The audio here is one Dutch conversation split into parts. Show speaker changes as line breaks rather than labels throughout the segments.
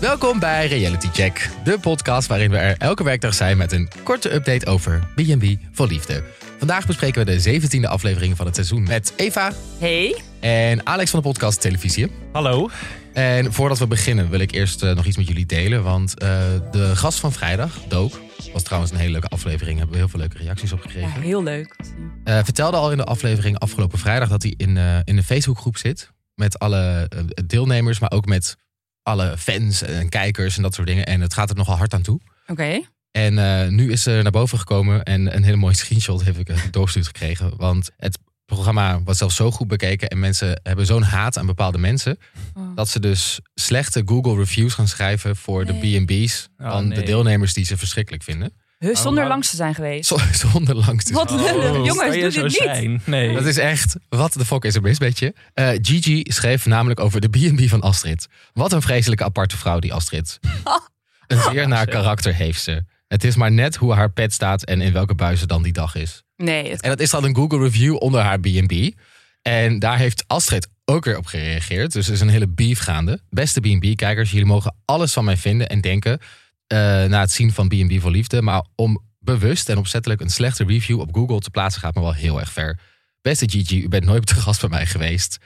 Welkom bij Reality Check, de podcast waarin we er elke werkdag zijn met een korte update over B&B voor liefde. Vandaag bespreken we de 17e aflevering van het seizoen met Eva
Hey.
en Alex van de podcast Televisie.
Hallo.
En voordat we beginnen wil ik eerst eh, nog iets met jullie delen, want eh, de gast van vrijdag, Dook, was trouwens een hele leuke aflevering, hebben we heel veel leuke reacties op
Ja,
gekregen.
heel leuk.
Eh, vertelde al in de aflevering afgelopen vrijdag dat hij in, eh, in een Facebookgroep zit. Met alle eh, deelnemers, maar ook met alle fans en kijkers en dat soort dingen. En het gaat er nogal hard aan toe.
Oké.
En eh, nu is er naar boven gekomen en een hele mooie screenshot heb ik eh, doorgestuurd gekregen. Want het programma was zelfs zo goed bekeken en mensen hebben zo'n haat aan bepaalde mensen.
Oh.
Dat ze dus slechte Google reviews gaan schrijven voor de
Nee.
B&B's
Oh,
van de
nee.
deelnemers die ze verschrikkelijk vinden.
Huh, zonder
Oh,
langs te zijn geweest.
Z- Zonder langs te
Wat lullig.
kan
Jongens, doe
je
dit
zo
niet.
zijn? Nee.
Oh. Dat is echt, wat de fuck is er mis met je? Eh, Gigi schreef namelijk over de B&B van Astrid. Wat een vreselijke aparte vrouw die Astrid. Een zeer naar karakter heeft ze. Het is maar net hoe haar pet staat en in welke bui ze dan die dag is.
Nee, dat
En dat is dan een Google review onder haar B&B. En daar heeft Astrid ook weer op gereageerd. Dus er is een hele beef gaande. Beste B&B-kijkers, jullie mogen alles van mij vinden en denken... eh, na het zien van B&B voor Liefde. Maar om bewust en opzettelijk een slechte review op Google te plaatsen... gaat me wel heel erg ver. Beste Gigi, u bent nooit te gast bij mij geweest.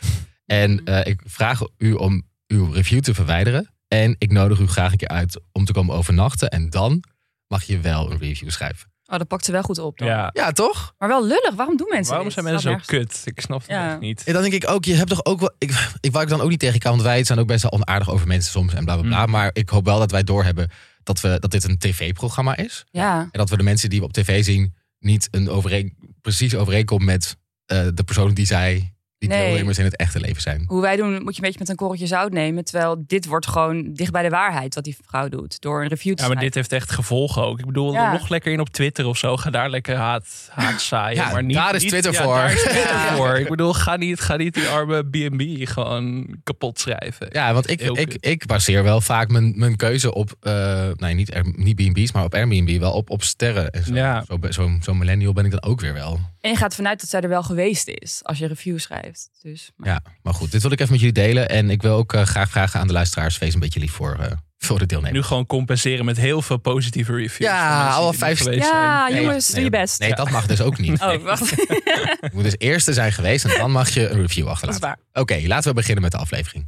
En eh, ik vraag u om uw review te verwijderen. En ik nodig u graag een keer uit om te komen overnachten. En dan mag je wel een review schrijven.
oh, dat pakt ze wel goed op. Dan.
ja.
Ja, toch?
Maar wel lullig. Waarom doen mensen
Waarom
dit?
zijn mensen zo
Snap nergens.
kut? Ik snap het
Ja.
echt niet.
En dan denk ik ook, je hebt toch ook wel. Ik, ik wou ik dan ook niet tegen kan, want wij zijn ook best wel onaardig over mensen soms en bla bla bla.
Mm.
Maar ik hoop wel dat wij doorhebben dat, we, dat dit een tv-programma is.
Ja.
En dat we de mensen die we op tv zien niet een overeen, precies overeenkomt met eh, de persoon die zij, die
Nee.
deelnemers in het echte leven zijn.
Hoe wij doen, moet je een beetje met een korreltje zout nemen. Terwijl dit wordt gewoon dicht bij de waarheid wat die vrouw doet. Door een review te
Ja, maar
schrijven.
dit heeft echt gevolgen ook. Ik bedoel,
Ja.
nog lekker in op Twitter of zo. Ga daar lekker haat, haat zaaien.
Ja,
maar niet,
daar is
niet-
Twitter
ja,
voor.
daar is Twitter
Ja.
voor. Ik bedoel, ga niet, ga niet die arme B&B gewoon kapot schrijven.
Ja, want ik,
Heel
ik,
kut.
ik baseer wel vaak mijn, mijn keuze op, eh, nee, niet, Air- niet B&B's, maar op Airbnb, wel op, op sterren. En zo.
Ja.
Zo, ben- zo'n zo'n millennial ben ik dan ook weer wel.
En je gaat vanuit dat zij er wel geweest is. Als je een review schrijft. Dus, maar-
Ja, maar goed, dit wil ik even met jullie delen. En ik wil ook eh, graag vragen aan de luisteraars: wees een beetje lief voor, eh, voor de deelnemers.
Nu gewoon compenseren met heel veel positieve reviews.
Ja,
van mensen die
alle
er
vijf-
geweest zijn.
Ja,
Nee,
Ah, jongens, doe je best.
Nee, dat mag dus ook niet.
Oh, wacht.
Je moet dus eerste zijn geweest en dan mag je een review
dat is
achterlaten.
waar.
Oké, laten we beginnen met de aflevering.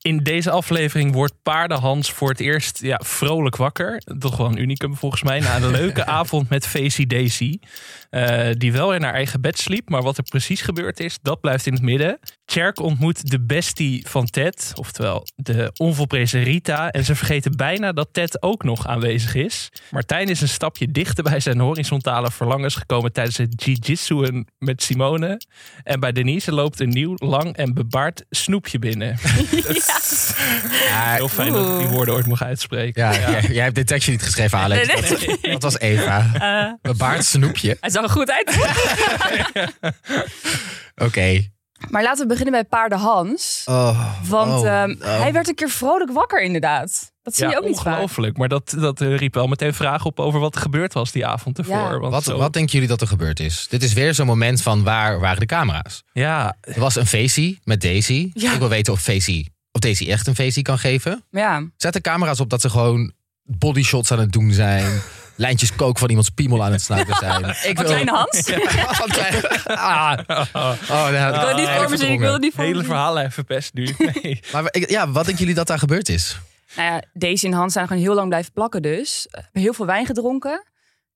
In deze aflevering wordt Paardenhans voor het eerst ja, vrolijk wakker. Toch wel een unicum volgens mij. Na een leuke avond met Facey Daisy. Eh, die wel in haar eigen bed sliep. Maar wat er precies gebeurd is, dat blijft in het midden. Cherk ontmoet de bestie van Ted. Oftewel de onvolprezen Rita. En ze vergeten bijna dat Ted ook nog aanwezig is. Martijn is een stapje dichter bij zijn horizontale verlangens gekomen tijdens het jiu-jitsu'en met Simone. En bij Denise loopt een nieuw, lang en bebaard snoepje binnen.
Ja,
Heel fijn dat ik die
Oeh.
woord ooit mocht uitspreken.
Ah, ja, Jij, jij hebt dit tekstje niet geschreven, Alex.
Nee,
Dat, dat was Eva.
Eh,
Bebaard snoepje.
hij zag er goed uit.
Oké.
Maar laten we beginnen bij paarden Hans.
Oh,
Want
oh,
ehm,
oh.
hij werd een keer vrolijk wakker, inderdaad. Dat zie
Ja,
je ook niet vaak.
ongelooflijk. Maar dat, dat eh, riep wel meteen vragen op over wat er gebeurd was die avond ervoor.
Ja.
Want
Wat,
zo-
wat denken jullie dat er gebeurd is? Dit is weer zo'n moment van waar waren de camera's?
Ja,
Er was een feestie met Daisy.
Ja.
Ik wil weten of, Daisy, of Daisy echt een feestie kan geven.
Maar ja,
Zet de camera's op dat ze gewoon bodyshots aan het doen zijn. Lijntjes kook van iemands piemel aan het snuiven zijn. Ik
van kleine Hans.
Van klein- Ah. Oh, nou,
nou- Ik wil het niet
ah,
voor me zien. Ik wil het niet voor me
hele
zien.
verhaal even verpest nu. Nee.
Maar we- ik- ja, wat denken jullie dat daar gebeurd is?
Nou ja, Daisy en Hans zijn gewoon heel lang blijven plakken dus. Eh, Heel veel wijn gedronken.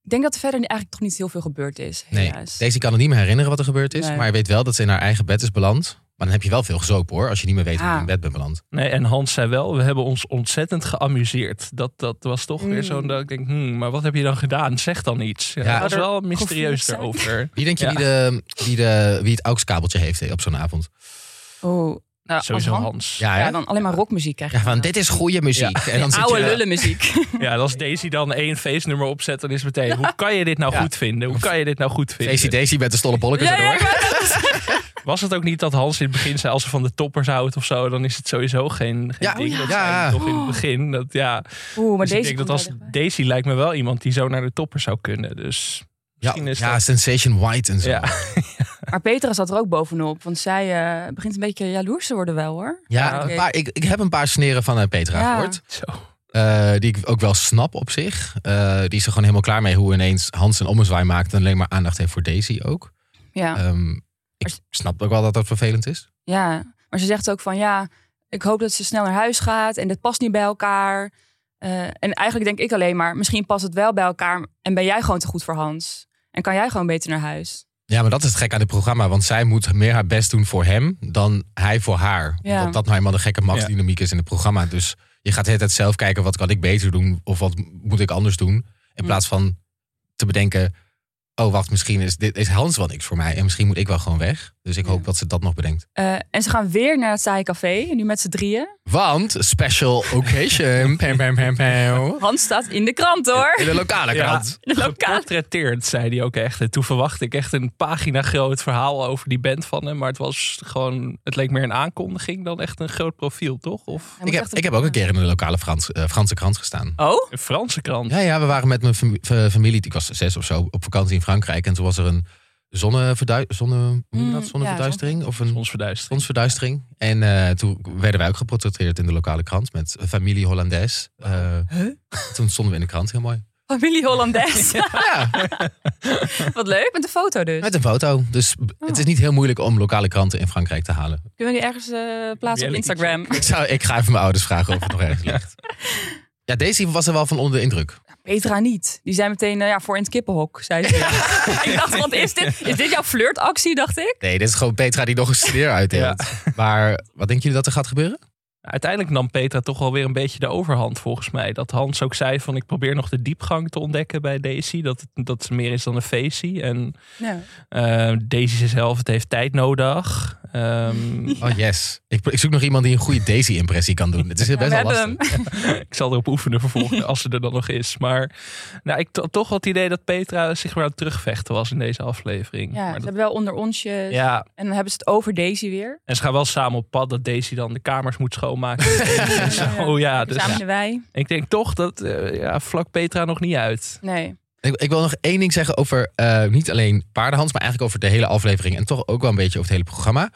Ik denk dat er verder eigenlijk toch niet heel veel gebeurd is.
Nee,
helaas.
Daisy kan het niet meer herinneren wat er gebeurd is.
Nee.
Maar je weet wel dat ze in haar eigen bed is beland. Maar dan heb je wel veel gezopen hoor. Als je niet meer weet hoe je
Ja.
in bed bent beland.
nee, en Hans zei wel, we hebben ons ontzettend geamuseerd. Dat, dat was toch weer
Mm.
zo'n dat ik denk, hmm, maar wat heb je dan gedaan? Zeg dan iets. Ja,
Ja.
dat was
Zou
wel mysterieus
gevoeld
erover.
Wie denk je
Ja.
die, de, die, de, wie het AUX-kabeltje heeft hè, op zo'n avond?
Oh, nou,
Sowieso
als Han-
Hans. Ja.
Ja, hè?
Ja, dan alleen maar rockmuziek krijg je.
ja van dit is goede muziek. En dan zit
Oude
je- Oh,
lullenmuziek.
en als Daisy dan één feestnummer opzet, dan is het meteen, hoe kan je dit nou
Ja.
goed vinden? Hoe kan je dit nou goed vinden?
Daisy Daisy met de stolle bolletjes
Ja, ja,
erdoor.
ik wou dat
Was het ook niet dat Hans in het begin zei: als ze van de toppers houdt of zo, dan is het sowieso geen, geen
Ja,
ding.
oh ja.
Dat zei hij
Ja.
toch in het begin. Dat, ja.
Oeh, maar
dus ik
deze
denk dat
komt
als
wel dichtbij.
Daisy lijkt me wel iemand die zo naar de toppers zou kunnen. Dus
Ja,
misschien is
ja
dat.
Sensation White en zo.
Ja.
Ja,
Maar Petra zat er ook bovenop, want zij eh, begint een beetje jaloers te worden wel hoor.
een
Ah, oké.
paar- ik, ik heb een paar sneren van eh, Petra
Ja.
gehoord.
Zo.
eh, die ik ook wel snap op zich. Eh, die is er gewoon helemaal klaar mee hoe ineens Hans een ommezwaai maakt. En alleen maar aandacht heeft voor Daisy ook.
Ja,
Ehm, ik snap ook wel dat dat vervelend is.
ja. Maar ze zegt ook van ja, ik hoop dat ze snel naar huis gaat en dit past niet bij elkaar. Eh, en eigenlijk denk ik alleen maar, misschien past het wel bij elkaar en ben jij gewoon te goed voor Hans. En kan jij gewoon beter naar huis.
Ja, maar dat is het gek aan dit programma. Want zij moet meer haar best doen voor hem dan hij voor haar.
Ja.
Omdat dat nou eenmaal de gekke machtsdynamiek is in het programma. Dus je gaat de hele tijd zelf kijken wat kan ik beter doen of wat moet ik anders doen. In
Hm.
plaats van te bedenken, oh wacht, misschien is, dit, is Hans wel niks voor mij. En misschien moet ik wel gewoon weg. Dus ik
Ja.
hoop dat ze dat nog bedenkt.
Eh, en ze gaan weer naar het saaie café, nu met z'n drieën.
Want special occasion, pam, pam, pam, pam.
Hans staat in de krant hoor.
In de lokale
Ja.
krant.
In de lokale.
Geportretteerd, zei hij ook echt. En toen verwachtte ik echt een pagina groot verhaal over die band van hem. Maar het was gewoon, het leek meer een aankondiging dan echt een groot profiel, toch? Of
Hij moet
Ik heb,
echt
ik heb ook een keer in de lokale Frans, eh, Franse krant gestaan.
Oh?
een Franse krant.
Ja, ja, we waren met mijn fami- fa- familie, ik was zes of zo, op vakantie in Frankrijk. En toen was er een zonneverdu- zonne, hoe noem je dat?
Mm,
zonneverduistering of een
Ons verduisterd.
zonsverduistering. En eh, toen werden wij ook geportretteerd in de lokale krant met familie Hollandaise. Eh,
Huh?
Toen stonden we in de krant, heel mooi.
Familie Hollandaise.
Ja,
Wat leuk, met een foto dus.
met een foto. Dus b-
Oh.
het is niet heel moeilijk om lokale kranten in Frankrijk te halen.
Kunnen we die ergens eh, plaatsen op
Reality
Instagram?
Ik, zou, ik ga even mijn ouders vragen of het nog ergens ligt. Ja, Daisy was er wel van onder de indruk.
Petra niet. Die zijn meteen eh, ja, voor in het kippenhok, zei ze. ik dacht, wat is dit? Is dit jouw flirtactie, dacht ik?
Nee, dit is gewoon Petra die nog een sneer uitdeelt. Maar wat denken jullie dat er gaat gebeuren?
Uiteindelijk nam Petra toch wel weer een beetje de overhand volgens mij. Dat Hans ook zei van ik probeer nog de diepgang te ontdekken bij Daisy. Dat, het- dat ze meer is dan een feestie. En eh, Daisy zichzelf, het heeft tijd nodig. Ehm,
Oh yes. Ik, ik zoek nog iemand die een goede Daisy-impressie kan doen. Het is best
we
wel
hebben
lastig.
hem.
ik zal erop oefenen vervolgens als ze er dan nog is. Maar nou, ik had toch wel het idee dat Petra zich maar aan het terugvechten was in deze aflevering.
Ja, ze
maar dat-
hebben dus- wel onder onsjes.
ja,
En dan hebben ze het over Daisy weer.
en ze gaan wel samen op pad dat Daisy dan de kamers moet schoonmaken. En zo, ja, dus
Samen de wij.
ik denk toch dat eh, ja, vlak Petra nog niet uit.
Nee.
Ik, ik wil nog één ding zeggen over eh, niet alleen paardenhans, maar eigenlijk over de hele aflevering. En toch ook wel een beetje over het hele programma.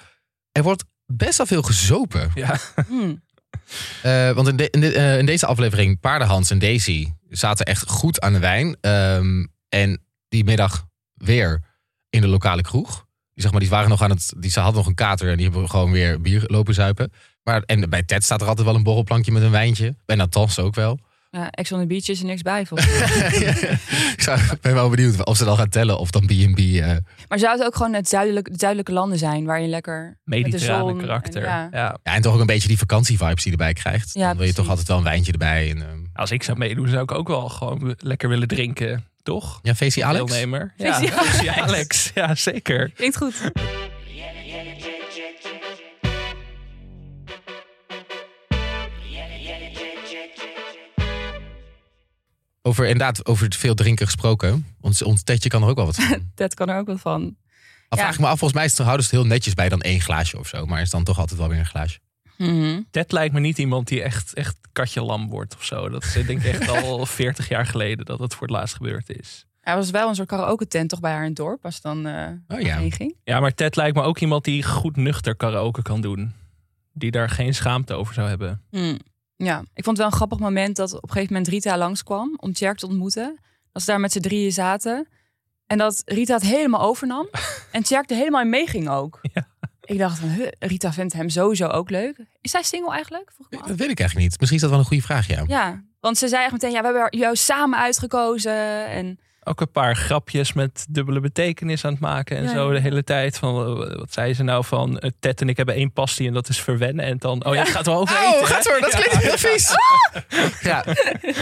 Er wordt best wel veel gezopen.
Ja.
Hm.
Eh, want in, de- in, de- eh, in deze aflevering, paardenhans en Daisy zaten echt goed aan de wijn. Ehm, en die middag weer in de lokale kroeg. Die, zeg maar, die waren nog aan het. Die, ze hadden nog een kater en die hebben gewoon weer bier lopen zuipen. Maar, en bij Ted staat er altijd wel een borrelplankje met een wijntje. Bij Natas ook wel.
Ja, Ex on the Beach is er niks bij, volgens mij.
ik zou- ik ben wel benieuwd of ze dan gaan tellen of dan B&B... eh,
Maar zou het ook gewoon het zuidelijke, de zuidelijke landen zijn... waar je lekker met de
Mediterrane
zon...
karakter.
en ja.
ja.
ja, en toch ook een beetje die vakantievibes die je erbij krijgt.
Ja,
dan wil je
precies.
toch altijd wel een wijntje erbij. En, ehm,
Als ik zou meedoen, zou ik ook wel gewoon lekker willen drinken, toch?
ja, VC Alex?
Deelnemer. Ja,
Feestie Alex.
Feestie Alex. Ja, zeker.
Klinkt goed.
Over, inderdaad, over het veel drinken gesproken. Ons, ons tetje kan er ook wel wat van.
Dat kan er ook wel van.
Dan
Ja.
vraag ik me af, volgens mij is het- houden ze het heel netjes bij dan één glaasje of zo. Maar is dan toch altijd wel weer een glaasje.
Mhm.
Ted lijkt me niet iemand die echt, echt katje lam wordt of zo. Dat is eh, denk ik echt al 40 jaar geleden dat dat voor het laatst gebeurd is.
Hij was wel een soort karaoke tent toch bij haar in het dorp. Als ze dan eh
Oh ja.
heen ging.
Ja, maar Ted lijkt me ook iemand die goed nuchter karaoke kan doen. Die daar geen schaamte over zou hebben.
Hmm. Ja, ik vond het wel een grappig moment dat op een gegeven moment Rita langskwam om Tjerk te ontmoeten. Dat ze daar met z'n drieën zaten. En dat Rita het helemaal overnam. en Tjerk er helemaal in meeging ook.
Ja.
Ik dacht van, huh, Rita vindt hem sowieso ook leuk. Is zij single eigenlijk? Vroeg ik me
Dat
af.
weet ik eigenlijk niet. Misschien is dat wel een goede vraag, ja.
Ja, want ze zei echt meteen, ja, we hebben jou samen uitgekozen. En
Ook een paar grapjes met dubbele betekenis aan het maken en
Ja,
zo
ja.
de hele tijd. Van, eh, wat zei ze nou van eh, Ted en ik hebben één pastie en dat is verwennen. En dan, oh ja, het gaat wel over eten. hè?
door. Dat klinkt heel vies. Ja.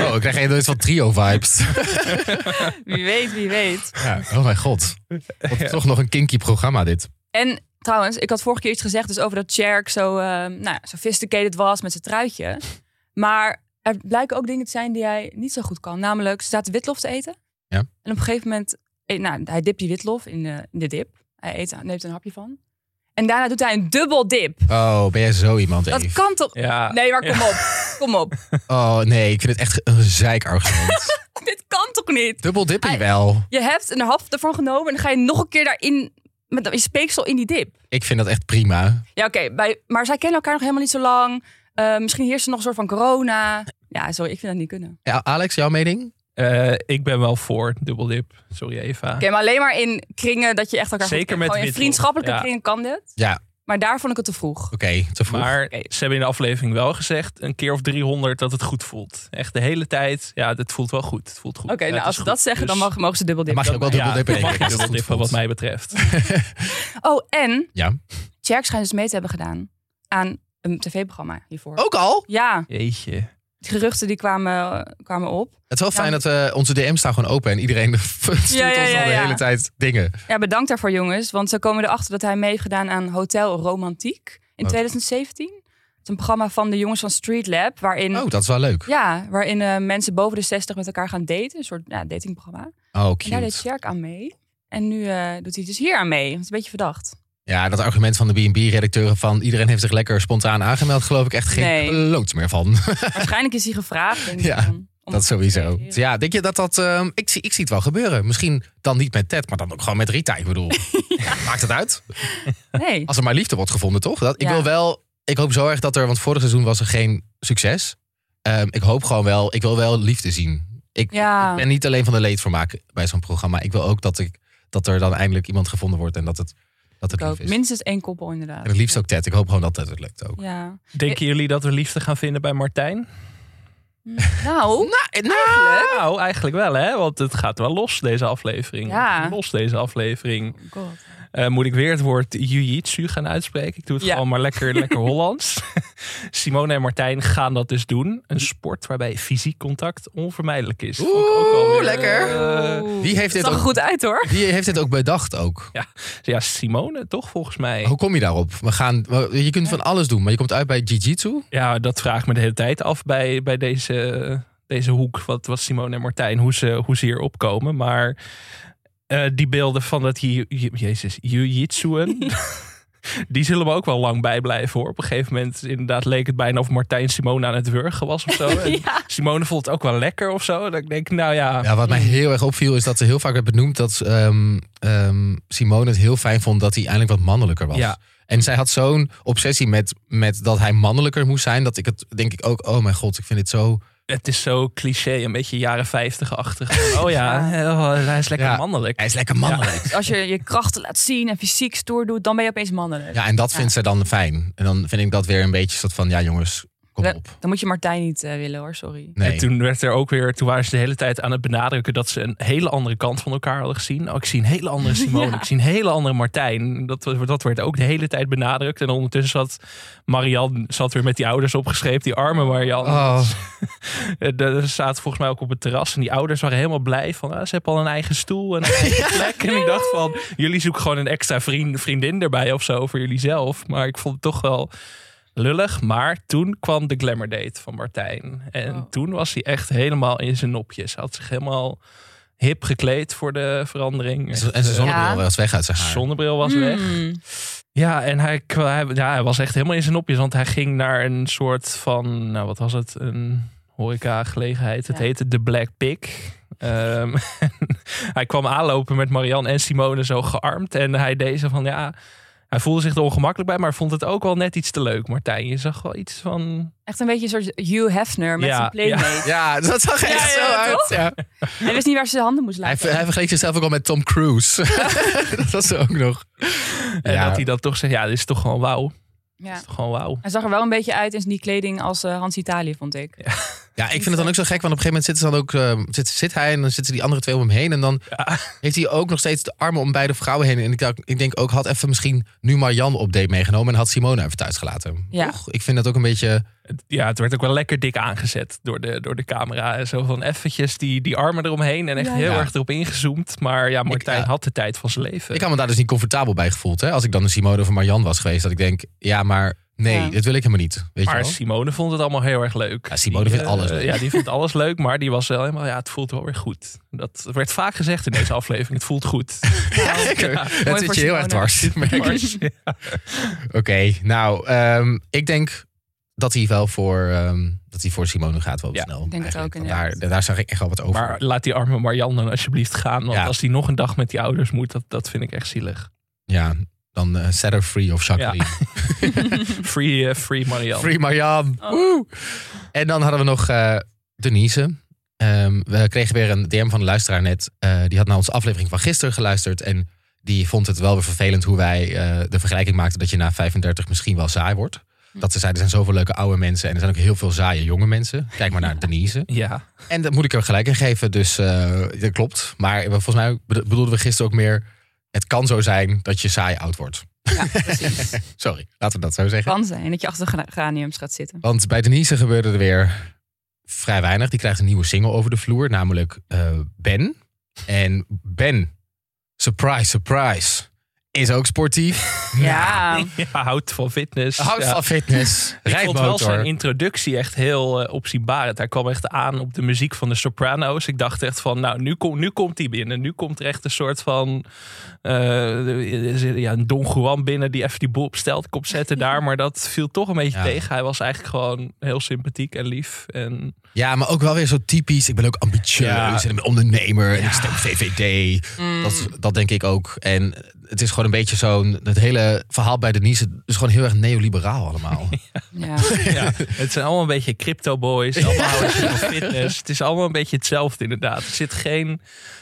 Oh, ik krijg helemaal iets van trio-vibes.
wie weet, wie weet.
Ja. Oh mijn god. Wat toch nog een kinky programma dit.
En trouwens, ik had vorige keer iets gezegd dus over dat Cherk zo eh, nou, ja, sophisticated was met zijn truitje. Maar er blijken ook dingen te zijn die hij niet zo goed kan. Namelijk, ze zaten witlof te eten.
Ja.
En op een gegeven moment, eh, nou, hij dipt die witlof in de, in de dip. Hij eet, neemt er een hapje van. En daarna doet hij een dubbel dip.
Oh, ben jij zo iemand, Eve?
Dat kan toch?
Ja.
Nee, maar kom op. Kom op.
Oh nee, ik vind het echt een zeikargument.
Dit kan toch niet?
Dubbel dipping
Hij-
wel.
Je hebt een hap ervan genomen en dan ga je nog een keer daarin... Met je speeksel in die dip.
Ik vind dat echt prima.
Ja, oké. bij- maar zij kennen elkaar nog helemaal niet zo lang. Eh, misschien heerst er nog een soort van corona. Ja, sorry. Ik vind dat niet kunnen. Oké,
Ja, Alex, jouw mening?
Eh, ik ben wel voor dubbeldip. Sorry Eva.
maar alleen maar in kringen dat je echt elkaar goed
Zeker
kent.
met
Gewoon in
witlof.
vriendschappelijke
Ja.
kringen kan dit.
Ja,
Maar daar vond ik het te vroeg.
oké, te vroeg.
Maar
Oké.
ze hebben in de aflevering wel gezegd, een keer of 300, dat het goed voelt. Echt de hele tijd. Ja, dat voelt wel goed. Het voelt goed.
Oké,
Ja,
nou
het
als
is
ze
goed.
dat zeggen,
Dus
dan mag- mogen ze dubbel
Dan
dippen.
mag je ook wel
ja,
dubbel dippen,
dan
denk
mag
ik.
je
als het goed
dubbeldippen, wat
voelt.
mij betreft.
Oh, en
Ja.
Cherk schijnt dus mee te hebben gedaan aan een tv-programma hiervoor.
Ook al?
Ja,
Jeetje.
die geruchten die kwamen, kwamen op.
Het is wel
Ja.
fijn dat eh, onze DM's staan gewoon open en iedereen stuurt
Ja, ja,
ons al
ja,
de
ja.
hele tijd dingen.
Ja, bedankt daarvoor jongens. Want ze komen erachter dat hij mee heeft gedaan aan Hotel Romantiek in
Oh.
2017. Het is een programma van de jongens van Street Lab. Waarin,
Oh, dat is wel leuk.
ja, waarin eh, mensen boven de 60 met elkaar gaan daten. Een soort ja, datingprogramma.
Oh,
En daar deed
cute.
Cherk aan mee. En nu eh, doet hij dus hier aan mee. Dat is een beetje verdacht.
Ja, dat argument van de B&B-redacteuren van iedereen heeft zich lekker spontaan aangemeld, geloof ik echt geen
Nee.
kloot meer van.
Waarschijnlijk is hij gevraagd. denk ik
Ja,
dan, om-
Dat sowieso. Dus
reageren.
Ja, denk je dat dat... ehm, ik, zie, ik zie het wel gebeuren. Misschien dan niet met Ted, maar dan ook gewoon met Rita. Ik bedoel, maakt het uit?
Nee.
Als er maar liefde wordt gevonden, toch? Dat, ik
Ja.
wil wel... Ik hoop zo erg dat er... Want vorig seizoen was er geen succes. Ehm, ik hoop gewoon wel... Ik wil wel liefde zien. Ik,
Ja.
ik ben niet alleen van de leedvermaak bij zo'n programma. Ik wil ook dat, ik, dat er dan eindelijk iemand gevonden wordt en dat het, dat het
Ik
lief
ook.
is.
Minstens één koppel inderdaad.
En het liefst ook Ted. Ik hoop gewoon dat Ted het lukt ook.
Ja.
Denken jullie dat we liefde gaan vinden bij Martijn?
Nou, eigenlijk.
Nou, eigenlijk wel hè, want het gaat wel los deze aflevering.
Ja.
Los deze aflevering.
Oh God.
Eh, moet ik weer het woord jujitsu gaan uitspreken? Ik doe het
Ja.
gewoon maar lekker, lekker Hollands. Simone en Martijn gaan dat dus doen. Een sport waarbij fysiek contact onvermijdelijk is. Vond ik ook
Oeh,
alweer,
lekker.
eh,
Wie heeft
Het
dit
zag er
ook,
goed uit hoor.
wie heeft dit ook bedacht ook?
ja, Simone toch volgens mij.
Hoe kom je daarop? We gaan, we- je kunt van alles doen, maar je komt uit bij Jiu-Jitsu.
Ja, dat vraag ik me de hele tijd af bij, bij deze, deze hoek. Wat, wat Simone en Martijn, hoe ze, hoe ze hier opkomen. Maar eh, die beelden van dat ju- ju- Jezus, Jujitsuen. Die zullen me ook wel lang bijblijven hoor. Op een gegeven moment inderdaad leek het bijna of Martijn Simone aan het wurgen was of zo. En
Ja.
Simone vond het ook wel lekker of zo. Dat ik denk, nou ja,
Ja, wat mij heel erg opviel is dat ze heel vaak werd benoemd dat ehm, ehm, Simone het heel fijn vond dat hij eindelijk wat mannelijker was.
Ja.
En zij had zo'n obsessie met, met dat hij mannelijker moest zijn, dat ik het denk ik ook, oh mijn god, ik vind dit zo...
het is zo cliché. Een beetje jaren 50 achtig Oh ja, eh, hij is lekker
Ja.
mannelijk.
Hij is lekker mannelijk.
Dus Als je je krachten laat zien en fysiek stoer doet, dan ben je opeens mannelijk.
Ja, en dat
Ja.
vindt zij dan fijn. En dan vind ik dat weer een beetje soort van, ja jongens, kom
Le-
op.
Dan moet je Martijn niet eh, willen hoor, sorry.
Nee.
En toen werd er ook weer, toen waren ze de hele tijd aan het benadrukken dat ze een hele andere kant van elkaar hadden gezien. Oh, ik zie een hele andere Simone,
Ja.
ik zie een hele andere Martijn. Dat, dat werd ook de hele tijd benadrukt. En ondertussen zat Marianne zat weer met die ouders opgeschreven, die arme Marianne.
Oh.
Eh, de- Ze zaten volgens mij ook op het terras en die ouders waren helemaal blij van, ah, ze hebben al een eigen stoel en een eigen plek. En ik dacht van, jullie zoeken gewoon een extra vriend, vriendin erbij of zo voor jullie zelf. Maar ik vond het toch wel lullig. Maar toen kwam de glamour date van Martijn. En
Oh.
toen was hij echt helemaal in zijn nopjes. Hij had zich helemaal hip gekleed voor de verandering. Eh,
En ze- En zijn zonnebril
Ja.
was weg uit zijn haar.
Zonnebril was weg.
Hmm.
Ja, en hij, kwa- hij- ja, hij was echt helemaal in zijn nopjes. Want hij ging naar een soort van, nou wat was het, een horeca-gelegenheid. Het
Ja.
heette The Black Pig. Ehm, hij kwam aanlopen met Marianne en Simone zo gearmd. En hij deze van, ja, hij voelde zich er ongemakkelijk bij. Maar vond het ook wel net iets te leuk, Martijn. Je zag wel iets van...
Echt een beetje een soort Hugh Hefner met
Ja,
zijn playmate.
Ja, dat zag er
Ja,
echt
ja,
zo uit.
toch?
Ja.
Hij wist niet waar ze zijn handen moest
Hij,
laten.
ver- hij vergeleek zichzelf ook al met Tom Cruise. dat was er ook nog.
En
Ja.
eh, dat hij dat toch zegt, ja, dit is toch gewoon wauw. Dit
Ja.
is toch gewoon wauw.
Hij zag er wel een beetje uit in die kleding als eh, Hans Italië, vond ik.
Ja, ik vind het dan ook zo gek, want op een gegeven moment zitten ze dan ook, eh, zit, zit hij en dan zitten die andere twee om hem heen. En dan
Ja.
heeft hij ook nog steeds de armen om beide vrouwen heen. En ik, dacht, ik denk ook, had even misschien nu Marjan op date meegenomen en had Simone even thuis gelaten.
Ja.
Toch? Ik vind dat ook een beetje...
Het- Ja, het werd ook wel lekker dik aangezet door de, door de camera. En zo van eventjes die, die armen eromheen en echt
Ja,
heel
ja.
erg erop ingezoomd. Maar ja, Martijn
ja.
had de tijd van zijn leven.
Ik had me daar dus niet comfortabel bij gevoeld. Hè? Als ik dan een Simone of een Marjan was geweest, dat ik denk, ja, maar Nee,
Ja.
dit wil ik helemaal niet. Weet je
Maar
wel?
Simone vond het allemaal heel erg leuk.
Ja, Simone
Die,
vindt
eh,
alles leuk.
Ja, die vindt alles leuk, maar die was wel helemaal... Ja, het voelt wel weer goed. Dat werd vaak gezegd in deze aflevering. Het voelt goed.
Zeker. het
voor
zit je heel erg
Simone.
dwars. merk ik.
Maar-
Oké, nou, ehm, ik denk dat hij wel voor, ehm, dat hij voor Simone gaat wel
Ja,
snel.
ik denk het
eigenlijk.
ook,
Want daar, daar zag ik echt wel wat over.
Maar laat die arme Marjan dan alsjeblieft gaan. Want
Ja.
als die nog een dag met die ouders moet, dat, dat vind ik echt zielig.
Ja, dan eh set her free of Jacqueline.
Free, eh, free Marjan.
Free Marianne.
Oh.
Woe! En dan hadden we nog eh, Denise. Ehm, we kregen weer een DM van de luisteraar net. Eh, die had naar onze aflevering van gisteren geluisterd. En die vond het wel weer vervelend hoe wij eh, de vergelijking maakten dat je na 35 misschien wel saai wordt. Dat ze zeiden, er zijn zoveel leuke oude mensen en er zijn ook heel veel saaie jonge mensen. Kijk maar naar Denise.
Ja,
En dat moet ik er gelijk in geven, dus eh, dat klopt. Maar volgens mij bedo- bedoelden we gisteren ook meer, het kan zo zijn dat je saai oud wordt.
Ja, precies.
Sorry, laten we dat zo zeggen.
kan zijn dat je achter de gra- geraniums gaat zitten.
Want bij Denise gebeurde er weer vrij weinig. Die krijgt een nieuwe single over de vloer, namelijk eh, Ben. En Ben, surprise, surprise, is ook sportief.
Ja,
ja houdt van fitness.
Houdt
ja.
van fitness,
Ik vond wel zijn
rijmotor.
introductie echt heel eh, opzienbarend. Hij kwam echt aan op de muziek van de Soprano's. Ik dacht echt van, nou, nu, kom, nu komt hij binnen. Nu komt er echt een soort van eh, ja, een Don Juan binnen die even die boel op stelt komt zetten daar. Maar dat viel toch een beetje
Ja.
tegen. Hij was eigenlijk gewoon heel sympathiek en lief. En
Ja, maar ook wel weer zo typisch. Ik ben ook ambitieus
Ja.
en ik ben ondernemer en ik stem VVD. Dat, dat denk ik ook. En het is gewoon een beetje zo'n... Het hele verhaal bij Denise is gewoon heel erg neoliberaal allemaal.
ja.
ja, het zijn allemaal een beetje crypto boys. Allemaal houden ze van fitness. Het is allemaal een beetje hetzelfde inderdaad. Er zit geen,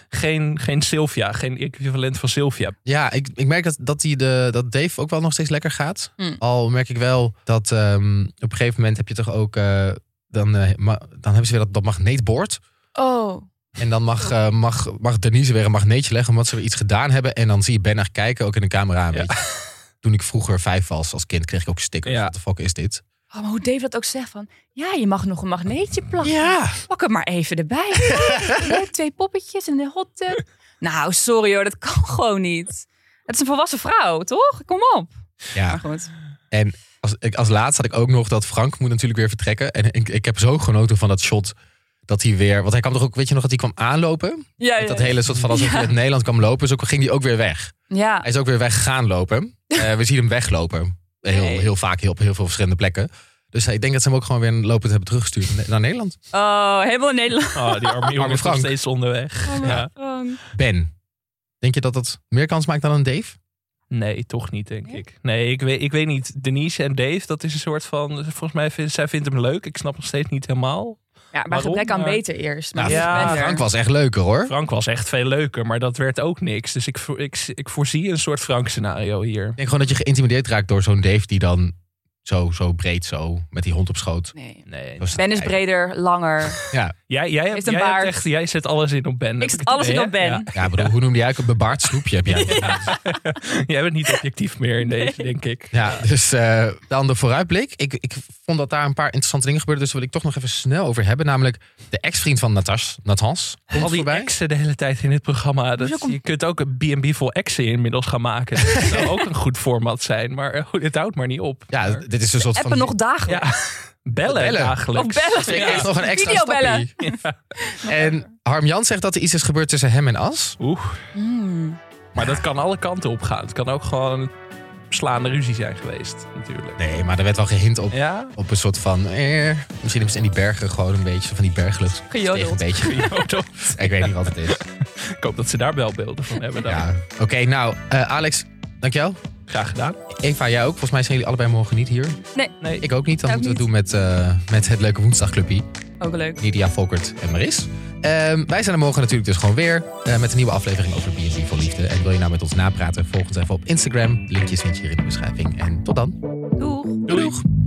geen, geen Sylvia, geen equivalent van Sylvia.
Ja, ik, ik merk dat, dat, die de, dat Dave ook wel nog steeds lekker gaat.
Mm.
Al merk ik wel dat ehm, op een gegeven moment heb je toch ook... eh, dan, eh, ma- dan hebben ze weer dat, dat magneetbord.
Oh,
En dan mag, eh, mag, mag Denise weer een magneetje leggen omdat ze weer iets gedaan hebben. En dan zie je Ben echt kijken, ook in de camera. een
Ja.
beetje. Toen ik vroeger vijf was als kind, kreeg ik ook stickers.
Ja.
What the fuck is dit?
Oh, maar hoe Dave dat ook zegt van... Ja, je mag nog een magneetje plakken.
Ja.
Pak hem maar even erbij. Leuk, twee poppetjes en een hot tub. Nou, sorry hoor, dat kan gewoon niet. Het is een volwassen vrouw, toch? Kom op.
ja.
Maar goed.
Als, ik, als laatst had ik ook nog dat Frank moet natuurlijk weer vertrekken. En ik, ik heb zo genoten van dat shot. Dat hij weer. Want hij kwam toch ook. Weet je nog dat hij kwam aanlopen?
Ja, ja.
Dat hele soort van alsof hij
Ja.
uit Nederland kwam lopen. Dus ook ging hij ook weer weg.
ja.
Hij is ook weer weg gaan lopen. Eh, we zien hem weglopen. Heel,
Nee.
heel vaak heel, op heel veel verschillende plekken. Dus ik denk dat ze hem ook gewoon weer lopend hebben teruggestuurd naar- naar Nederland.
Oh, helemaal in Nederland.
Oh, die arme jongen is nog
Frank.
steeds onderweg. Ja.
Ben. Denk je dat dat meer kans maakt dan een Dave?
Nee, toch niet, denk
Nee?
ik. Nee, ik weet, ik weet niet. Denise en Dave, dat is een soort van... Volgens mij vindt, zij vindt hem leuk. Ik snap nog steeds niet helemaal.
Ja, bij
Waarom?
gebrek aan
Maar-
beter eerst. Maar
Nou,
Ja,
ja,
Frank was echt leuker hoor.
Frank was echt veel leuker, maar dat werd ook niks. Dus ik, vo- ik, ik voorzie een soort Frank-scenario hier.
Ik denk gewoon dat je geïntimideerd raakt door zo'n Dave die dan zo, zo breed zo met die hond op schoot.
Nee.
Nee.
Zo staat
Ben is
kijken.
breder, langer.
Jij, jij, hebt,
een
jij, hebt
baard.
echt, jij zet alles in op Ben. heb
Ik zet
het
alles in
idee,
op
hè?
Ben.
Ja.
Ja, ik bedoel, hoe noemde jij ook een bebaard snoepje? Heb jij
Jij bent niet objectief meer in deze, denk ik.
Ja, dus eh, dan de vooruitblik. Ik, ik vond dat daar een paar interessante dingen gebeurden. Dus daar wil ik toch nog even snel over hebben. Namelijk de ex-vriend van Natas, Nathans. Komt
Al die
voorbij.
exen de hele tijd in het programma. Dat,
Hoezo komt-
Je kunt ook een B&B vol exen inmiddels gaan maken. Dat zou ook een goed format zijn, maar eh, het houdt maar niet op.
Ja,
Maar-
dit is een soort van...
Appen nog dagen.
Ja, bellen,
Bellen.
dagelijks.
Of Oh, bellen.
Ik
Ja.
geef nog een extra
Videobellen.
stappie. En Harm Jan zegt dat er iets is gebeurd tussen hem en As.
Oeh,
Mm.
maar dat kan alle kanten op gaan. Het kan ook gewoon een slaande ruzie zijn geweest, natuurlijk.
Nee, maar er werd wel gehint op,
Ja?
op een soort van... Eh, misschien hebben ze in die bergen gewoon een beetje... Van die berglucht
Gejodeld.
tegen een beetje.
Ja, dat-
Ik weet niet wat het is.
Ik hoop dat ze daar wel beelden van hebben. Dan.
Ja. Oké, nou, eh, Alex, dankjewel.
Graag gedaan.
Eva, jij ook. Volgens mij zijn jullie allebei morgen niet hier.
Nee, ik,
Ik ook niet. Dan moeten we
Ook niet.
het doen met, eh, met het leuke woensdagclubje.
Ook leuk.
Nidia Volkert en Maris. Ehm, wij zijn er morgen natuurlijk dus gewoon weer eh, met een nieuwe aflevering over B&B voor Liefde. En wil je nou met ons napraten, volg ons even op Instagram. Linkjes vind je hier in de beschrijving. En tot dan.
Doeg.
doei.
Doeg.